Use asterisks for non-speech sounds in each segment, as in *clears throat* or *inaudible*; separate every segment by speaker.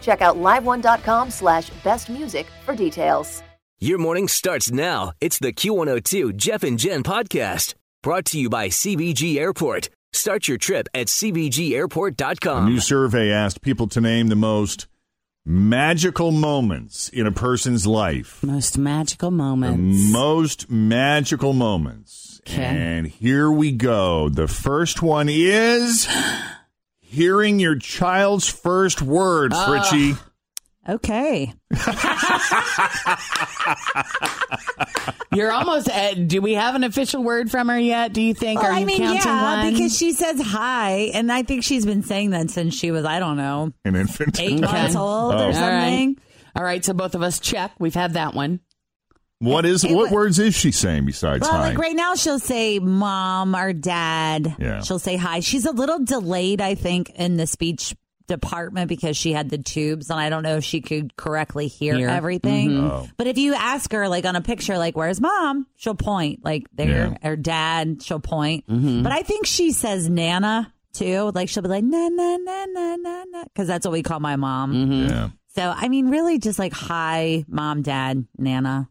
Speaker 1: Check out liveone.com slash best music for details.
Speaker 2: Your morning starts now. It's the Q102 Jeff and Jen podcast brought to you by CBG Airport. Start your trip at
Speaker 3: A
Speaker 2: CBGAirport.com.
Speaker 3: new survey asked people to name the most magical moments in a person's life.
Speaker 4: Most magical
Speaker 3: The
Speaker 4: moments.
Speaker 3: most magical moments.
Speaker 4: Okay.
Speaker 3: And here we go. The first one is hearing your child's first word,
Speaker 4: Ah.
Speaker 3: Fritchie.
Speaker 4: okay.
Speaker 5: You're almost. Uh, do we have an official word from her yet? Do you think? Are
Speaker 4: Well, I
Speaker 5: you
Speaker 4: mean,
Speaker 5: counting
Speaker 4: yeah,
Speaker 5: one?
Speaker 4: because she says hi, and I think she's been saying that since she was, I don't know,
Speaker 3: An infant.
Speaker 4: eight
Speaker 5: Okay.
Speaker 4: months old
Speaker 3: Oh.
Speaker 4: or
Speaker 5: All right.
Speaker 4: something.
Speaker 5: All right, so both of us check. We've had that one.
Speaker 3: What is
Speaker 4: It
Speaker 3: what
Speaker 4: wa-
Speaker 3: words is she saying besides
Speaker 4: Well,
Speaker 3: hi?
Speaker 4: like right now, she'll say mom or dad.
Speaker 3: Yeah.
Speaker 4: She'll say hi. She's a little delayed, I think, in the speech department because she had the tubes, and I don't know if she could correctly hear,
Speaker 5: Hear.
Speaker 4: everything.
Speaker 5: Mm-hmm.
Speaker 3: Oh.
Speaker 4: But if you ask her, like on a picture, like, where's mom? She'll point, like, there, or dad, she'll point. But I think she says Nana too. Like, she'll be like, na, na, na, na, na, na, because that's what we call my mom.
Speaker 3: yeah.
Speaker 4: So, I mean, really just like, hi, mom, dad, Nana.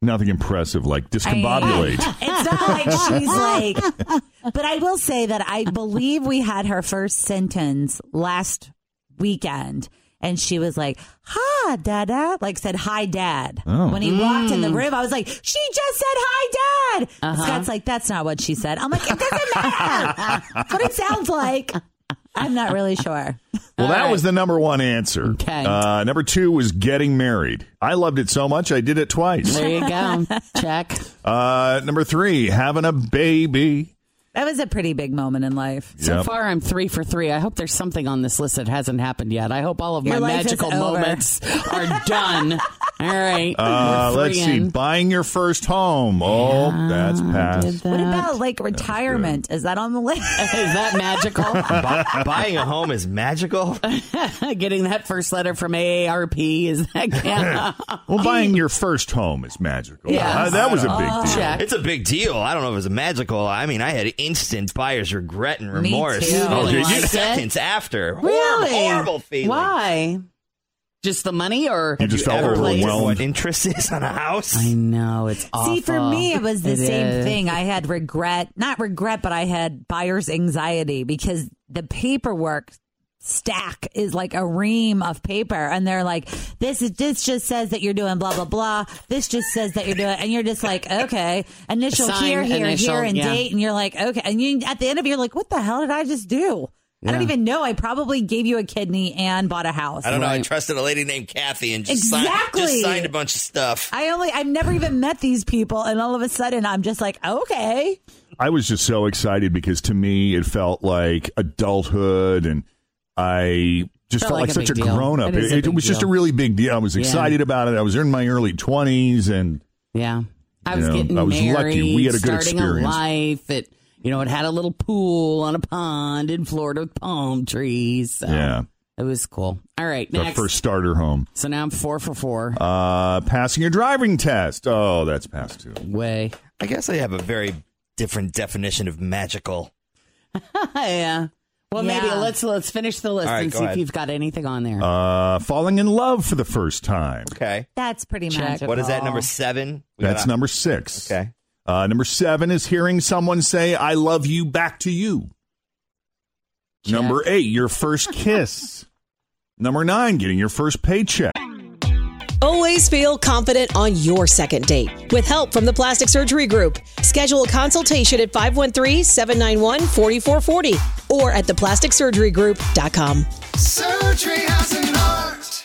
Speaker 3: Nothing impressive like discombobulate.
Speaker 4: It's not like she's like. But I will say that I believe we had her first sentence last weekend, and she was like, "Hi, Dada," like said, "Hi, Dad."
Speaker 3: Oh.
Speaker 4: When he walked in the room, I was like, "She just said hi, Dad." Scott's like, "That's not what she said." I'm like, "It doesn't matter." That's what it sounds like. I'm not really sure.
Speaker 5: All
Speaker 3: Well, that
Speaker 5: right.
Speaker 3: was the number one answer.
Speaker 5: Okay.
Speaker 3: Uh, number two was getting married. I loved it so much, I did it twice.
Speaker 5: There you
Speaker 4: *laughs*
Speaker 5: go. check.
Speaker 3: Uh, number three, having a baby.
Speaker 4: That was a pretty big moment in life.
Speaker 5: So
Speaker 3: Yep.
Speaker 5: far, I'm three for three. I hope there's something on this list that hasn't happened yet. I hope all of
Speaker 4: Your
Speaker 5: my
Speaker 4: life is
Speaker 5: magical
Speaker 4: over.
Speaker 5: moments are done. All right.
Speaker 3: Uh,
Speaker 5: we're
Speaker 3: let's
Speaker 5: three
Speaker 3: see,
Speaker 5: in.
Speaker 3: buying your first home. Oh, that's
Speaker 5: Did
Speaker 3: past.
Speaker 5: that.
Speaker 4: What about like retirement? Is that on the
Speaker 5: *laughs*
Speaker 4: list?
Speaker 5: Is that
Speaker 6: *laughs*
Speaker 5: magical?
Speaker 6: Bu- buying a home is magical.
Speaker 5: *laughs* Getting that first letter from AARP is
Speaker 6: *laughs*
Speaker 5: that count?
Speaker 3: Well, buying your first home is magical.
Speaker 5: Yeah.
Speaker 3: Uh, that was a big deal.
Speaker 5: check.
Speaker 6: It's a big deal. I don't know if it's magical. I mean, I had instant buyer's regret and
Speaker 4: Me
Speaker 6: remorse.
Speaker 4: too.
Speaker 5: Oh, did you?
Speaker 6: Seconds after. Horrible,
Speaker 5: Really?
Speaker 6: Horrible feeling.
Speaker 5: Why? Just the money, or
Speaker 3: You just felt
Speaker 6: Ever wondered
Speaker 3: overwhelmed.
Speaker 6: What interest is on a house?
Speaker 5: I know it's awful.
Speaker 4: See, for me, it was the
Speaker 5: It
Speaker 4: same
Speaker 5: is.
Speaker 4: thing. I had regret, not regret, but I had buyer's anxiety because the paperwork stack is like a ream of paper and they're like this is this just says that you're doing blah blah blah this just says that you're doing and you're just like okay initial
Speaker 5: Sign,
Speaker 4: here here
Speaker 5: initial,
Speaker 4: here and
Speaker 5: yeah.
Speaker 4: date and you're like okay and you at the end of it, you're like what the hell did i just do I don't even know. I probably gave you a kidney and bought a house.
Speaker 6: I don't know. I trusted a lady named Kathy and just,
Speaker 4: Exactly.
Speaker 6: signed, just signed a bunch of stuff.
Speaker 4: I only I've never even met these people, and all of a sudden I'm just like, okay,
Speaker 3: I was just so excited because to me it felt like adulthood and I just
Speaker 4: Felt
Speaker 3: felt,
Speaker 4: like
Speaker 3: like,
Speaker 4: a
Speaker 3: such a
Speaker 4: big deal.
Speaker 3: grown up.
Speaker 4: It is a
Speaker 3: It, it
Speaker 4: big
Speaker 3: was just a
Speaker 4: deal.
Speaker 3: really big deal. I was
Speaker 4: Yeah.
Speaker 3: excited about it. I was in my early 20s and
Speaker 5: Yeah. I was
Speaker 3: you know,
Speaker 5: getting
Speaker 3: I was
Speaker 5: married,
Speaker 3: lucky. We had a good
Speaker 5: starting
Speaker 3: experience.
Speaker 5: a life. It, you know, it had a little pool on a pond in Florida with palm trees. So
Speaker 4: Uh,
Speaker 3: Yeah.
Speaker 5: it was cool. All right,
Speaker 3: our
Speaker 5: next.
Speaker 3: first starter home.
Speaker 5: so now I'm four for four.
Speaker 3: Uh, passing your driving test. Oh, that's passed too.
Speaker 5: Way.
Speaker 6: I guess I have a very different definition of magical.
Speaker 5: yeah. Well, maybe
Speaker 4: Yeah.
Speaker 5: let's let's finish the list
Speaker 6: All right,
Speaker 5: and
Speaker 6: go
Speaker 5: see if
Speaker 6: ahead.
Speaker 5: you've got anything on there.
Speaker 3: Uh, falling in love for the first time.
Speaker 6: Okay.
Speaker 4: that's pretty
Speaker 5: Check.
Speaker 4: magical.
Speaker 6: What is that, number seven? We
Speaker 3: That's
Speaker 6: got a-
Speaker 3: number six.
Speaker 6: Okay.
Speaker 3: Uh, number seven is hearing someone say, I love you back to you.
Speaker 5: Check.
Speaker 3: Number eight, your first kiss. number nine, getting your first paycheck.
Speaker 7: Always feel confident on your second date. With help from the Plastic Surgery Group, schedule a consultation at 513-791-4440 or at theplasticsurgerygroup.com.
Speaker 8: Surgery has an art.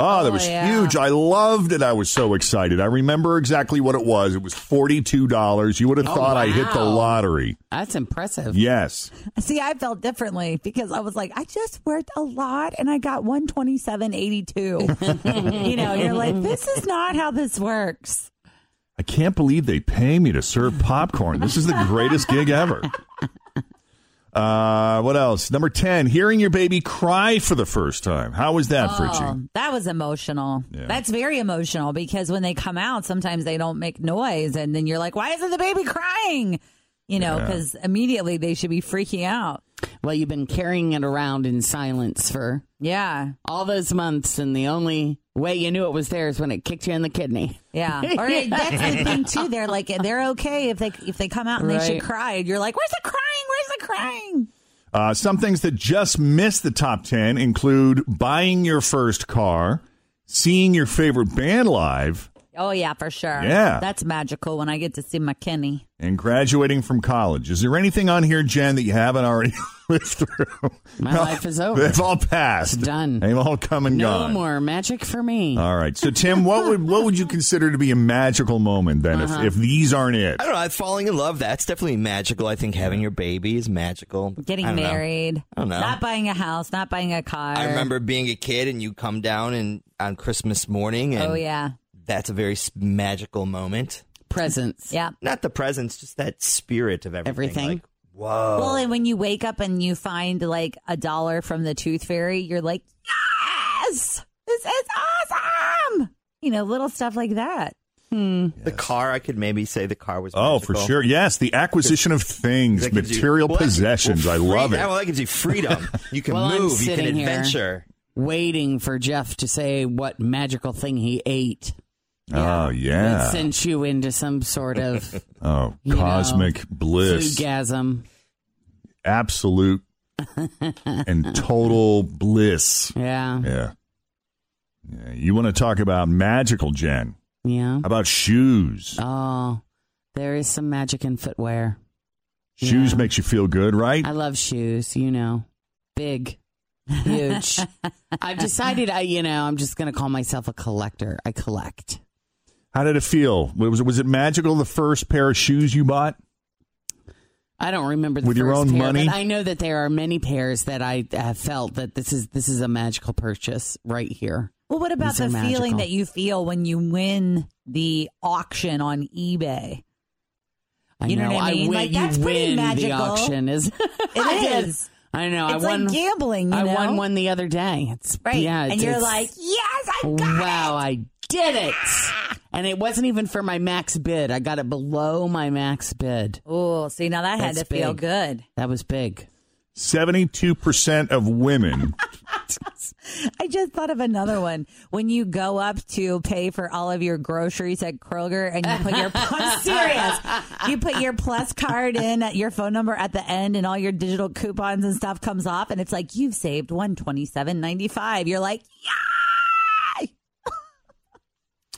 Speaker 3: Oh, that was huge. I loved it. I was so excited. I remember exactly what it was. It was $42. You would have
Speaker 5: Oh,
Speaker 3: thought I hit the
Speaker 5: wow.
Speaker 3: lottery.
Speaker 5: That's impressive.
Speaker 3: Yes.
Speaker 4: See, I felt differently because I was like, I just worked a lot and I got one twenty seven eighty two. *laughs* you know, you're like, this is not how this works.
Speaker 3: I can't believe they pay me to serve popcorn. This is the greatest
Speaker 5: *laughs*
Speaker 3: gig ever. Uh, what else? Number 10, hearing your baby cry for the first time. How was
Speaker 5: Oh.
Speaker 3: that, Fritchie?
Speaker 4: That was emotional.
Speaker 3: Yeah.
Speaker 4: That's very emotional because when they come out, sometimes they don't make noise, and then you're like, why isn't the baby crying? You know,
Speaker 5: Yeah.
Speaker 4: because immediately they should be freaking out.
Speaker 5: Well, you've been carrying it around in silence for
Speaker 4: Yeah.
Speaker 5: all those months, and the only way you knew it was there is when it kicked you in the kidney.
Speaker 6: *laughs*
Speaker 4: Yeah. Or it- that's the thing too. They're like they're okay if they if they come out and they
Speaker 5: Right.
Speaker 4: should cry. And you're like, Where's the crying? Where's the crying?
Speaker 3: Uh, some things that just missed the top 10 include buying your first car, seeing your favorite band live,
Speaker 4: Oh yeah, for sure.
Speaker 3: Yeah.
Speaker 4: That's magical when I get to see my Kenny.
Speaker 3: and graduating from college. Is there anything on here, Jen, that you haven't already *laughs* lived through?
Speaker 5: My life is over.
Speaker 3: They've all passed.
Speaker 5: It's done.
Speaker 3: They've all come and
Speaker 5: No
Speaker 3: gone.
Speaker 5: more magic for me.
Speaker 3: All right. So Tim, what would what would you consider to be a magical moment then
Speaker 5: Uh-huh.
Speaker 3: if, if these aren't it?
Speaker 6: I don't know. Falling in love, that's definitely magical. I think having your baby is magical. I
Speaker 4: Getting
Speaker 6: don't know.
Speaker 4: married.
Speaker 6: I don't know.
Speaker 4: Not buying a house, not buying a car.
Speaker 6: I remember being a kid and you come down and on Christmas morning. And
Speaker 4: Oh yeah.
Speaker 6: That's a very s- magical moment.
Speaker 5: Presents.
Speaker 4: Yeah.
Speaker 6: Not the presence, just that spirit of everything.
Speaker 5: Everything.
Speaker 6: Like, whoa.
Speaker 4: Well, and when you wake up and you find like a dollar from the tooth fairy, you're like, Yes, this is awesome. You know, little stuff like that.
Speaker 6: the car, I could maybe say the car was
Speaker 3: Oh,
Speaker 6: magical.
Speaker 3: for sure. Yes, the acquisition of things,
Speaker 6: That gives you-
Speaker 3: material
Speaker 6: well, that-
Speaker 3: possessions.
Speaker 6: well, free-
Speaker 3: I love it.
Speaker 6: that- Well, that gives you
Speaker 4: *laughs*
Speaker 6: freedom. You can
Speaker 5: Well, I'm
Speaker 6: move. You can
Speaker 5: sitting here.
Speaker 6: adventure.
Speaker 5: Waiting for Jeff to say what magical thing he ate.
Speaker 3: Oh yeah.
Speaker 5: It sent you into some sort of
Speaker 3: Oh,
Speaker 5: you know,
Speaker 3: cosmic bliss.
Speaker 5: foodgasm. *laughs*
Speaker 3: Absolute and total bliss.
Speaker 5: Yeah.
Speaker 3: Yeah. yeah. You want to talk about magical, Jen?
Speaker 5: Yeah.
Speaker 3: How about shoes?
Speaker 5: Oh, there is some magic in footwear.
Speaker 3: Shoes
Speaker 5: yeah.
Speaker 3: makes you feel good, right?
Speaker 5: I love shoes, you know. Big.
Speaker 4: *laughs*
Speaker 5: Huge. I've decided I you know, I'm just gonna call myself a collector. I collect.
Speaker 3: How did it feel? Was it, was it magical the first pair of shoes you bought?
Speaker 5: I don't remember the
Speaker 3: With your
Speaker 5: first
Speaker 3: own
Speaker 5: pair,
Speaker 3: money?
Speaker 5: but I know that there are many pairs that I have felt that this is this is a magical purchase right here.
Speaker 4: Well, what about
Speaker 5: These are
Speaker 4: the feeling
Speaker 5: magical.
Speaker 4: that you feel when you win the auction on eBay?
Speaker 5: I
Speaker 4: You know what I mean?
Speaker 5: win,
Speaker 4: Like,
Speaker 5: you
Speaker 4: that's pretty
Speaker 5: win
Speaker 4: magical.
Speaker 5: The auction is *laughs* I
Speaker 4: *laughs* It
Speaker 5: did.
Speaker 4: is.
Speaker 5: I know.
Speaker 4: It's
Speaker 5: I
Speaker 4: like
Speaker 5: won.
Speaker 4: gambling, you
Speaker 5: I
Speaker 4: know?
Speaker 5: won one the other day. It's
Speaker 4: Right.
Speaker 5: Yeah,
Speaker 4: and
Speaker 5: it's-
Speaker 4: you're
Speaker 5: it's-
Speaker 4: like, yes, I got
Speaker 5: wow,
Speaker 4: it. *laughs*
Speaker 5: I did it. and it wasn't even for my max bid. I got it below my max bid.
Speaker 4: Oh, see, now that had
Speaker 5: That's
Speaker 4: to feel
Speaker 5: big.
Speaker 4: good.
Speaker 5: That was big.
Speaker 3: 72%
Speaker 5: *laughs*
Speaker 3: of women.
Speaker 4: I just thought of another one. When you go up to pay for all of your groceries at Kroger and you put
Speaker 5: *laughs*
Speaker 4: your I'm serious. You put your plus card in at your phone number at the end and all your digital coupons and stuff comes off and it's like you've saved 127.95. You're like,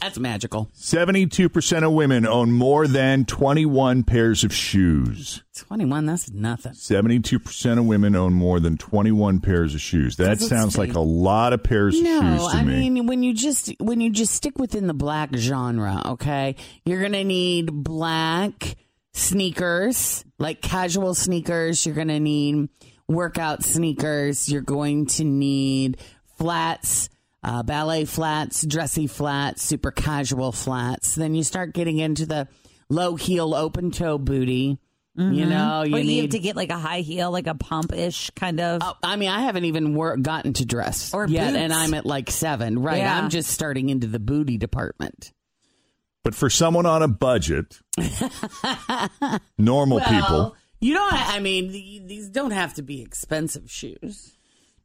Speaker 5: That's magical.
Speaker 3: 72% of women own more than 21 pairs of shoes.
Speaker 5: 21, that's nothing.
Speaker 3: 72% of women own more than 21 pairs of shoes. That
Speaker 5: That's
Speaker 3: sounds like a lot of pairs of
Speaker 5: No,
Speaker 3: shoes to
Speaker 5: I
Speaker 3: me.
Speaker 5: mean when you just when you just stick within the black genre, okay? You're going to need black sneakers, like casual sneakers, you're going to need workout sneakers, you're going to need flats, uh, ballet flats, dressy flats, super casual flats. Then you start getting into the low heel open toe booty. You
Speaker 4: Mhm.
Speaker 5: know,
Speaker 4: Or
Speaker 5: you need Oh,
Speaker 4: have to get like a high heel, like a pump ish kind of.
Speaker 5: I mean, I haven't even wor- gotten to dress
Speaker 4: Or
Speaker 5: yet,
Speaker 4: boots.
Speaker 5: and I'm at like seven. Right,
Speaker 4: Yeah.
Speaker 5: I'm just starting into the booty department.
Speaker 3: But for someone on a budget, normal people,
Speaker 5: you don't. I mean, th- these don't have to be expensive shoes.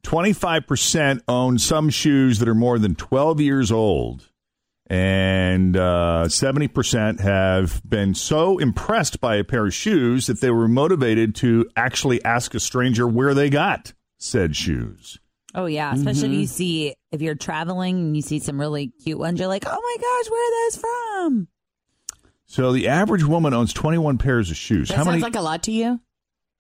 Speaker 3: 25% own some shoes that are more than 12 years old. And uh, 70% have been so impressed by a pair of shoes that they were motivated to actually ask a stranger where they got said shoes.
Speaker 4: Oh yeah, especially
Speaker 3: Mhm.
Speaker 5: Mm-hmm.
Speaker 4: if you see if you're traveling and you see some really cute ones, you're like, oh my gosh, where are those from?
Speaker 3: So the average woman owns 21 pairs of shoes.
Speaker 5: That
Speaker 3: How
Speaker 5: sounds
Speaker 3: many?
Speaker 5: like a lot to you.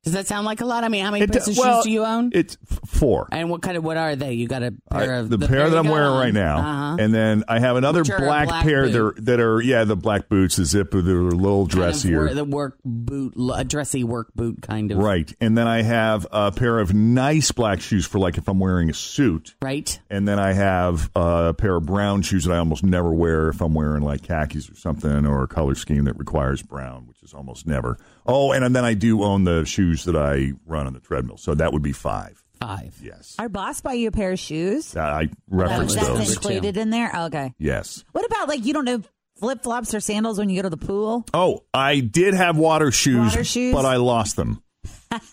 Speaker 5: Does that sound like a lot? I mean, how many
Speaker 3: It
Speaker 5: pairs
Speaker 3: do-
Speaker 5: of
Speaker 3: well,
Speaker 5: shoes do you own?
Speaker 3: It's f- four.
Speaker 5: And what kind of what are they? You got a pair
Speaker 3: I-
Speaker 5: of
Speaker 3: the, pair that I'm wearing right now,
Speaker 5: uh
Speaker 3: and then I have another
Speaker 5: Which are a
Speaker 3: black,
Speaker 5: black
Speaker 3: pair
Speaker 5: boot.
Speaker 3: that are, that are yeah the black boots, the zipper, they're a little dressier,
Speaker 5: the work boot, a dressy work boot kind of
Speaker 3: right? And then I have a pair of nice black shoes for like if I'm wearing a suit,
Speaker 5: right?
Speaker 3: And then I have uh, a pair of brown shoes that I almost never wear if I'm wearing like khakis or something or a color scheme that requires brown, which is almost never. Oh, and then I do own the shoes that I run on the treadmill, so that would be five.
Speaker 5: Five.
Speaker 3: Yes,
Speaker 4: Our boss buy you a pair of shoes.
Speaker 3: Uh, I
Speaker 4: That-
Speaker 3: reference
Speaker 4: that's
Speaker 3: those.
Speaker 4: included in there. Okay.
Speaker 3: Yes.
Speaker 4: What about like you don't know flip flops or sandals when you go to the pool?
Speaker 3: Oh, I did have water shoes,
Speaker 4: Water shoes?
Speaker 3: but I lost them.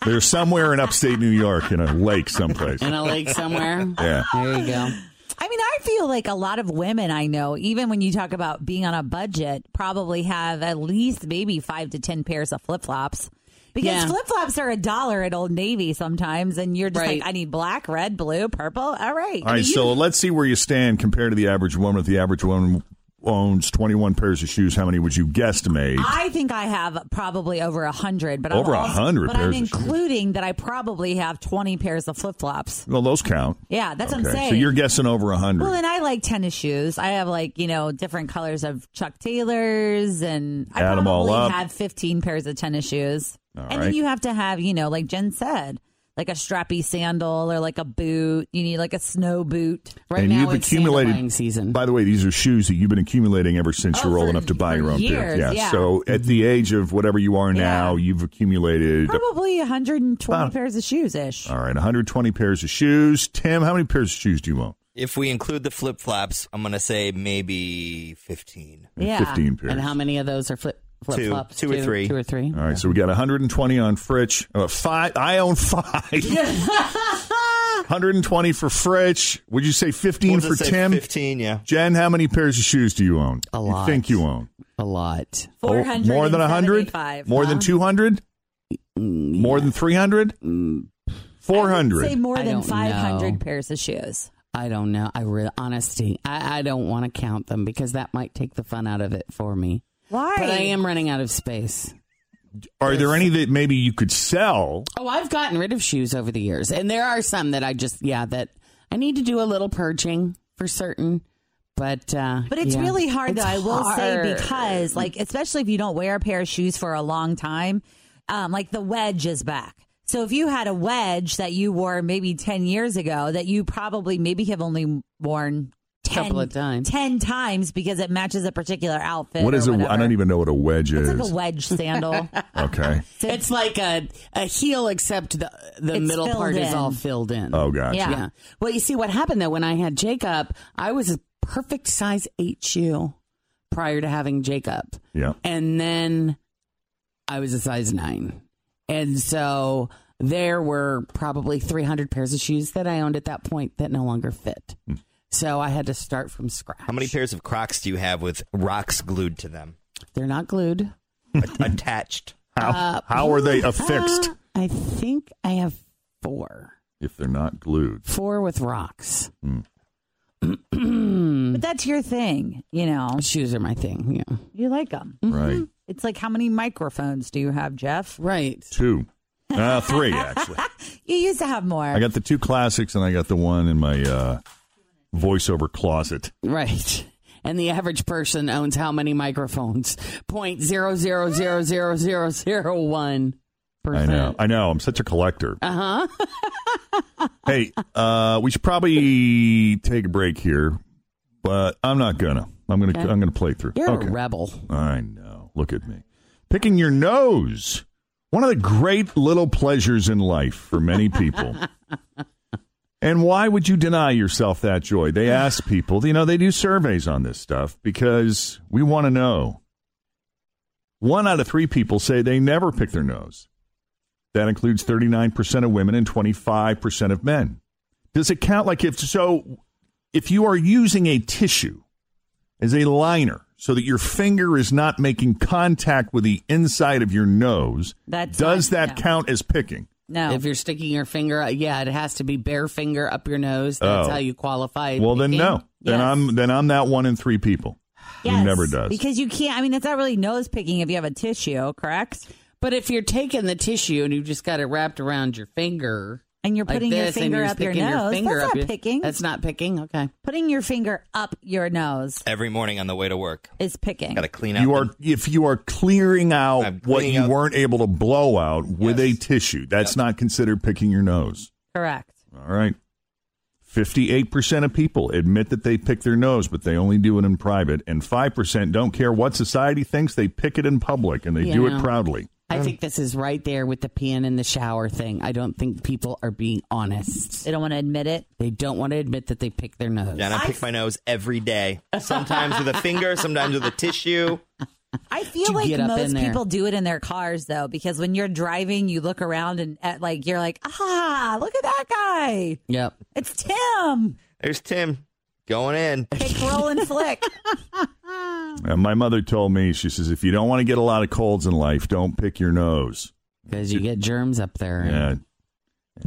Speaker 3: They're somewhere in upstate New York in a lake someplace.
Speaker 4: *laughs*
Speaker 5: In a lake
Speaker 3: *laughs*
Speaker 5: somewhere.
Speaker 3: Yeah.
Speaker 5: There you go.
Speaker 4: I mean, I feel like a lot of women I know, even when you talk about being on a budget, probably have at least maybe five to ten pairs of flip flops. Because
Speaker 5: Yeah.
Speaker 4: flip flops are a dollar at Old Navy sometimes, and you're just
Speaker 5: Right.
Speaker 4: like, I need black, red, blue, purple. All right.
Speaker 3: All right, so let's see where you stand compared to the average woman. If the average woman owns 21 pairs of shoes, how many would you guesstimate?
Speaker 4: I think I have probably over a hundred, but
Speaker 3: Over
Speaker 4: I'm
Speaker 3: a
Speaker 4: also-
Speaker 3: hundred
Speaker 4: But I'm
Speaker 3: pairs of shoes.
Speaker 4: including that I probably have twenty pairs of flip flops.
Speaker 3: well, those count.
Speaker 4: Yeah, that's
Speaker 3: okay.
Speaker 4: what I'm saying.
Speaker 3: So you're guessing over 100.
Speaker 4: well, and I like tennis shoes. I have like you know different colors of Chuck Taylors, and I
Speaker 3: Add 'em all
Speaker 4: probably
Speaker 3: up.
Speaker 4: have fifteen pairs of tennis shoes.
Speaker 3: All
Speaker 4: and
Speaker 3: right.
Speaker 4: then you have to have you know like Jen said, like a strappy sandal or like a boot. You need like a snow boot.
Speaker 3: and you've accumulated. By the way, these are shoes that you've been accumulating ever since you were old enough to buy your own pair.
Speaker 4: Oh, years, yeah.
Speaker 3: So at the age of whatever you are now, you've accumulated.
Speaker 4: Probably 120
Speaker 3: About-
Speaker 4: pairs of shoes ish.
Speaker 3: All right, 120 pairs of shoes. Tim, how many pairs of shoes do you own?
Speaker 6: If we include the flip flops, I'm gonna say maybe fifteen.
Speaker 5: Yeah.
Speaker 3: 15 pairs.
Speaker 5: And how many of those are flip flip
Speaker 6: Two.
Speaker 5: flops?
Speaker 6: Two or three.
Speaker 5: Two or three.
Speaker 3: All right, so we got 120 on Fritch. Uh, five. I own five. *laughs* 120 for Fritch. Would you say 15
Speaker 6: We'll
Speaker 3: for
Speaker 6: just say
Speaker 3: Tim?
Speaker 6: 15, yeah.
Speaker 3: Jen, how many pairs of shoes do you own?
Speaker 5: A
Speaker 3: You
Speaker 5: lot.
Speaker 3: think you own? Oh,
Speaker 5: A lot.
Speaker 3: more than 100?
Speaker 4: 475,
Speaker 3: More than
Speaker 4: huh?
Speaker 3: 200? More than 300? 400.
Speaker 4: Say more
Speaker 5: I
Speaker 4: than
Speaker 5: don't
Speaker 4: 500
Speaker 5: know.
Speaker 4: pairs of shoes.
Speaker 5: I don't know. I really, honesty, I, I don't want to count them because that might take the fun out of it for me.
Speaker 4: Why?
Speaker 5: But I am running out of space.
Speaker 3: Are there any that maybe you could sell?
Speaker 5: Oh, I've gotten rid of shoes over the years, and there are some that I just, yeah, that I need to do a little purging for certain. But uh,
Speaker 4: But it's
Speaker 5: yeah.
Speaker 4: really hard,
Speaker 5: It's
Speaker 4: though. I will say
Speaker 5: hard.
Speaker 4: because, like, especially if you don't wear a pair of shoes for a long time, um, like the wedge is back. So if you had a wedge that you wore maybe ten years ago, that you probably maybe have only worn 10,
Speaker 5: Couple of times.
Speaker 4: ten times because it matches a particular outfit.
Speaker 3: What
Speaker 4: or
Speaker 3: is it? I
Speaker 4: whatever.
Speaker 3: don't even know what a wedge
Speaker 4: It's
Speaker 3: is.
Speaker 4: like a wedge
Speaker 3: *laughs*
Speaker 4: sandal.
Speaker 3: okay.
Speaker 5: It's like a, a heel, except the the
Speaker 4: It's
Speaker 5: middle
Speaker 4: filled
Speaker 5: part is
Speaker 4: in.
Speaker 5: all filled in.
Speaker 3: Oh, gotcha.
Speaker 5: Yeah.
Speaker 4: Yeah.
Speaker 5: Well, you see what happened though when I had Jacob, I was a perfect size eight shoe, prior to having Jacob.
Speaker 3: Yeah.
Speaker 5: And then I was a size nine. And so there were probably 300 pairs of shoes that I owned at that point that no longer fit. So I had to start from scratch.
Speaker 6: How many pairs of Crocs do you have with rocks glued to them?
Speaker 5: They're not glued.
Speaker 3: *laughs*
Speaker 6: A- attached.
Speaker 3: How, how are they affixed
Speaker 5: Uh, I think I have four.
Speaker 3: if they're not glued?
Speaker 5: Four with rocks. *clears throat*
Speaker 4: but that's your thing, you know.
Speaker 5: Shoes are my thing. Yeah.
Speaker 4: You like them,
Speaker 5: Mm-hmm.
Speaker 3: Right.
Speaker 4: It's like how many microphones do you have, Jeff?
Speaker 5: Right.
Speaker 3: Two.
Speaker 5: *laughs*
Speaker 3: Uh, three, actually.
Speaker 4: You used to have more.
Speaker 3: I got the two classics and I got the one in my uh, voiceover closet.
Speaker 5: Right. *laughs* And the average person owns how many microphones? *laughs* Point zero zero zero zero zero zero one.
Speaker 3: I know. I know. I'm such a collector.
Speaker 5: Uh huh. Uh-huh. *laughs*
Speaker 3: hey, uh, we should probably take a break here, but I'm not gonna. I'm gonna.
Speaker 5: Okay.
Speaker 3: I'm gonna play through.
Speaker 5: You're a rebel.
Speaker 3: I know. Look at me, picking your nose. One of the great little pleasures in life for
Speaker 5: *laughs*
Speaker 3: many people. And why would you deny yourself that
Speaker 5: *sighs*
Speaker 3: joy? They ask people, you know, they do surveys on this stuff because we want to know. One out of three people say they never pick their nose. That includes 39% of women and 25% of men. Does it count like if so if you are using a tissue as a liner so that your finger is not making contact with the inside of your nose,
Speaker 5: That's
Speaker 3: does
Speaker 5: not-
Speaker 3: that
Speaker 5: no.
Speaker 3: count as picking?
Speaker 4: No.
Speaker 5: If you're sticking your finger, uh, yeah, it has to be bare finger up your nose. That's
Speaker 3: Oh.
Speaker 5: how you qualify.
Speaker 3: Well, then
Speaker 5: Picking.
Speaker 3: no. Then I'm then I'm that one in three people.
Speaker 4: Yes,
Speaker 3: who never does.
Speaker 4: because you can't. I mean, it's not really nose picking if you have a tissue, correct?
Speaker 5: But if you're taking the tissue and you just got it wrapped around your finger,
Speaker 4: And you're
Speaker 5: like
Speaker 4: putting your
Speaker 5: this, and
Speaker 4: finger
Speaker 5: you're
Speaker 4: up your
Speaker 5: sticking
Speaker 4: nose,
Speaker 5: finger
Speaker 4: that's
Speaker 5: up
Speaker 4: not
Speaker 5: your-
Speaker 4: picking.
Speaker 5: That's not picking. Okay.
Speaker 4: Putting your finger up your nose
Speaker 6: Every morning on the way to work.
Speaker 4: is picking.
Speaker 6: Got to clean out.
Speaker 3: You are if you are clearing out what
Speaker 6: cleaning
Speaker 3: you
Speaker 6: out-
Speaker 3: weren't able to blow out with a tissue. That's not considered picking your nose.
Speaker 4: Correct.
Speaker 3: All right. 58% of people admit that they pick their nose, but they only do it in private. And 5% don't care what society thinks. They pick it in public and they
Speaker 5: You
Speaker 3: do it
Speaker 5: know,
Speaker 3: proudly.
Speaker 5: I think this is right there with the peeing in the shower thing. I don't think people are being honest.
Speaker 4: They don't want to admit it.
Speaker 5: They don't want to admit that they pick their nose.
Speaker 6: Yeah, and I pick my nose every day.
Speaker 5: *laughs*
Speaker 6: Sometimes with a finger, sometimes with a tissue.
Speaker 4: I feel
Speaker 5: You
Speaker 4: like
Speaker 5: get up in
Speaker 4: most
Speaker 5: there.
Speaker 4: people do it in their cars though, because when you're driving, you look around and at, like you're like, ah, look at that guy.
Speaker 5: Yep.
Speaker 4: It's Tim.
Speaker 6: There's Tim going in.
Speaker 4: Kick, roll, and *laughs* flick.
Speaker 3: And my mother told me, she says, if you don't want to get a lot of colds in life, don't pick your nose.
Speaker 5: Because you get germs up there.
Speaker 3: Yeah.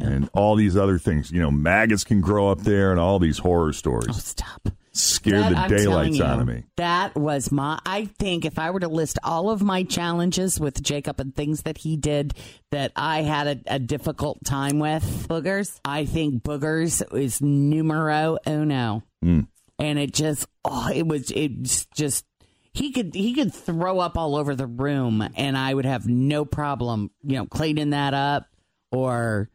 Speaker 3: And all these other things. You know, maggots can grow up there and all these horror stories.
Speaker 5: stop.
Speaker 3: Scared
Speaker 5: Oh, That,
Speaker 3: the
Speaker 5: I'm
Speaker 3: daylights
Speaker 5: telling
Speaker 3: out of
Speaker 5: you,
Speaker 3: me.
Speaker 5: That was my. I think if I were to list all of my challenges with Jacob and things that he did that I had a, a difficult time with,
Speaker 4: Boogers.
Speaker 5: I think boogers is numero uno.
Speaker 3: Mm.
Speaker 5: And it just, oh, it was, it's just. He could he could throw up all over the room, and I would have no problem, you know, cleaning that up or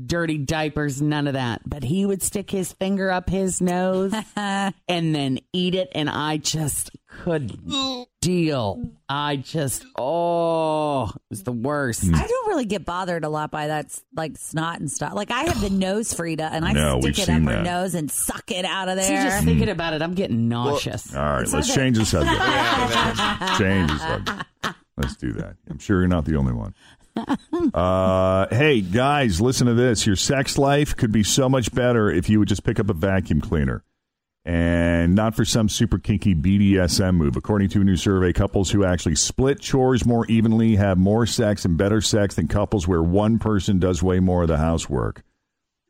Speaker 5: dirty diapers, none of that. But he would stick his finger up his nose
Speaker 4: Uh,
Speaker 5: and then eat it, and I just couldn't deal. I just oh, it was the worst.
Speaker 3: Hmm.
Speaker 4: I don't really get bothered a lot by that, s- like snot and stuff. Like I have the nose Frida, and I
Speaker 3: No, we've
Speaker 4: stick it up
Speaker 3: seen
Speaker 4: her
Speaker 3: that. Hmm.
Speaker 4: nose and suck it out of
Speaker 5: See,
Speaker 4: there.
Speaker 5: just thinking about it, I'm getting nauseous.
Speaker 3: All right, let's change the
Speaker 6: *laughs*
Speaker 3: subject.
Speaker 5: *laughs*
Speaker 3: change the subject. Let's do that. I'm sure you're not the only one. Uh, hey, guys, listen to this. Your sex life could be so much better if you would just pick up a vacuum cleaner and not for some super kinky BDSM move. According to a new survey, couples who actually split chores more evenly have more sex and better sex than couples where one person does way more of the housework.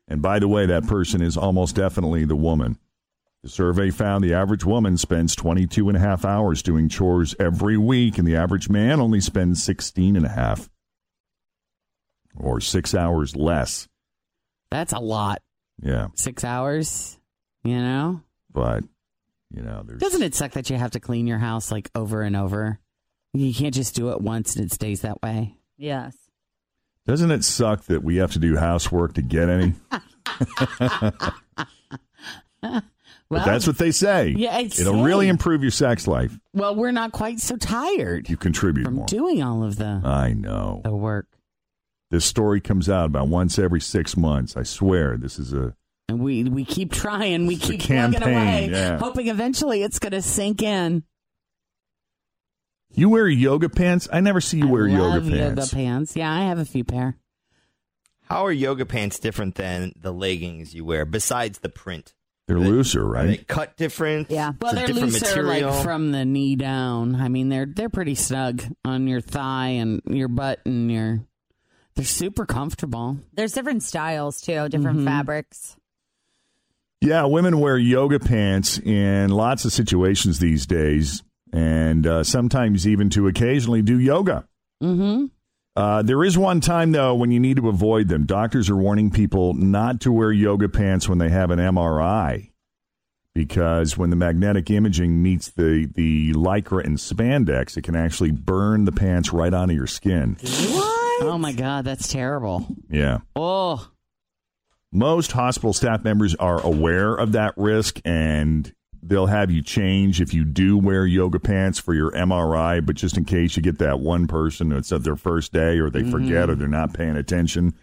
Speaker 3: And by the way, that person is almost definitely the woman. The survey found the average woman spends 22 and a half hours doing chores every week, and the average man only spends 16 and a half or six hours less.
Speaker 5: That's a lot.
Speaker 3: Yeah,
Speaker 5: Six hours, you know.
Speaker 3: but, you know, there's.
Speaker 5: Doesn't it suck that you have to clean your house like over and over? You can't just do it once and it stays that way.
Speaker 4: yes.
Speaker 3: Doesn't it suck that we have to do housework to get any?
Speaker 5: Well,
Speaker 3: but that's what they say.
Speaker 5: Yeah, it's
Speaker 3: It'll
Speaker 5: saying.
Speaker 3: really improve your sex life.
Speaker 5: well, we're not quite so tired
Speaker 3: You contribute
Speaker 5: from
Speaker 3: more.
Speaker 5: doing all of the
Speaker 3: I know.
Speaker 5: the work,
Speaker 3: This story comes out about once every six months. I swear, this is a.
Speaker 5: and we we keep trying, we
Speaker 3: It's a
Speaker 5: keep plugging
Speaker 3: campaign,
Speaker 5: away,
Speaker 3: yeah.
Speaker 5: hoping eventually it's going to sink in.
Speaker 3: You wear yoga pants? I never see you wear
Speaker 5: Love
Speaker 3: yoga pants.
Speaker 5: yoga pants. Yeah, I have a few pair.
Speaker 6: How are yoga pants different than the leggings you wear? Besides the print,
Speaker 3: They're looser,
Speaker 6: are they
Speaker 3: right?
Speaker 6: cut different? Yeah,
Speaker 5: Well, they're
Speaker 6: different
Speaker 5: looser,
Speaker 6: material.
Speaker 5: like from the knee down. I mean, they're they're pretty snug on your thigh and your butt and your. They're super comfortable.
Speaker 4: There's different styles too, different
Speaker 5: Mm-hmm.
Speaker 4: fabrics.
Speaker 3: Yeah, women wear yoga pants in lots of situations these days, and uh, sometimes even to occasionally do yoga.
Speaker 5: Mm-hmm.
Speaker 3: Uh, there is one time, though, when you need to avoid them. Doctors are warning people not to wear yoga pants when they have an MRI because when the magnetic imaging meets the, the lycra and spandex, it can actually burn the pants right onto your skin.
Speaker 5: Oh my god, that's terrible.
Speaker 3: Yeah.
Speaker 5: Oh,
Speaker 3: Most hospital staff members are aware of that risk and they'll have you change if you do wear yoga pants for your MRI, but just in case you get that one person that's at their first day or they forget or they're not paying attention.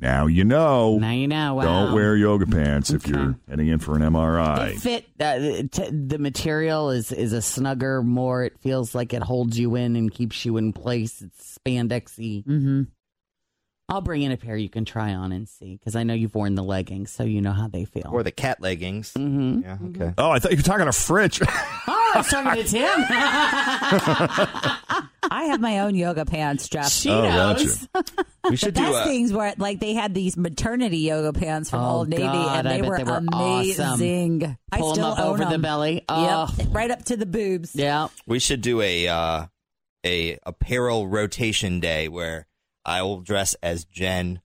Speaker 3: Now you know. Now
Speaker 5: you know. Wow.
Speaker 3: Don't wear yoga pants if you're heading in for an
Speaker 5: they
Speaker 3: MRI.
Speaker 5: fit. Uh, t- the material is is a snugger, more. It feels like it holds you in and keeps you in place. It's spandexy. Mm-hmm. I'll bring in a pair you can try on and see because I know you've worn the leggings, so you know how they feel.
Speaker 6: Or the cat leggings.
Speaker 5: Mm-hmm.
Speaker 6: Yeah. Okay.
Speaker 3: Oh, I thought you were talking to Fritch. *laughs*
Speaker 5: Oh, I was talking to Tim.
Speaker 4: I have my own yoga pants, Jeff.
Speaker 3: She Oh, knows.
Speaker 6: We should
Speaker 4: the
Speaker 6: do
Speaker 4: best
Speaker 6: a-
Speaker 4: things were like they had these maternity yoga pants from
Speaker 5: Uh, Oh,
Speaker 4: Old Navy,
Speaker 5: God,
Speaker 4: and
Speaker 5: I
Speaker 4: they,
Speaker 5: bet
Speaker 4: were
Speaker 5: they were awesome.
Speaker 4: amazing. I
Speaker 5: Pull 'em
Speaker 4: still
Speaker 5: up
Speaker 4: own
Speaker 5: over the
Speaker 4: 'em.
Speaker 5: belly. Oh.
Speaker 4: Yep, right up to the boobs.
Speaker 5: Yeah.
Speaker 6: We should do a uh, a apparel rotation day where I will dress as Jen,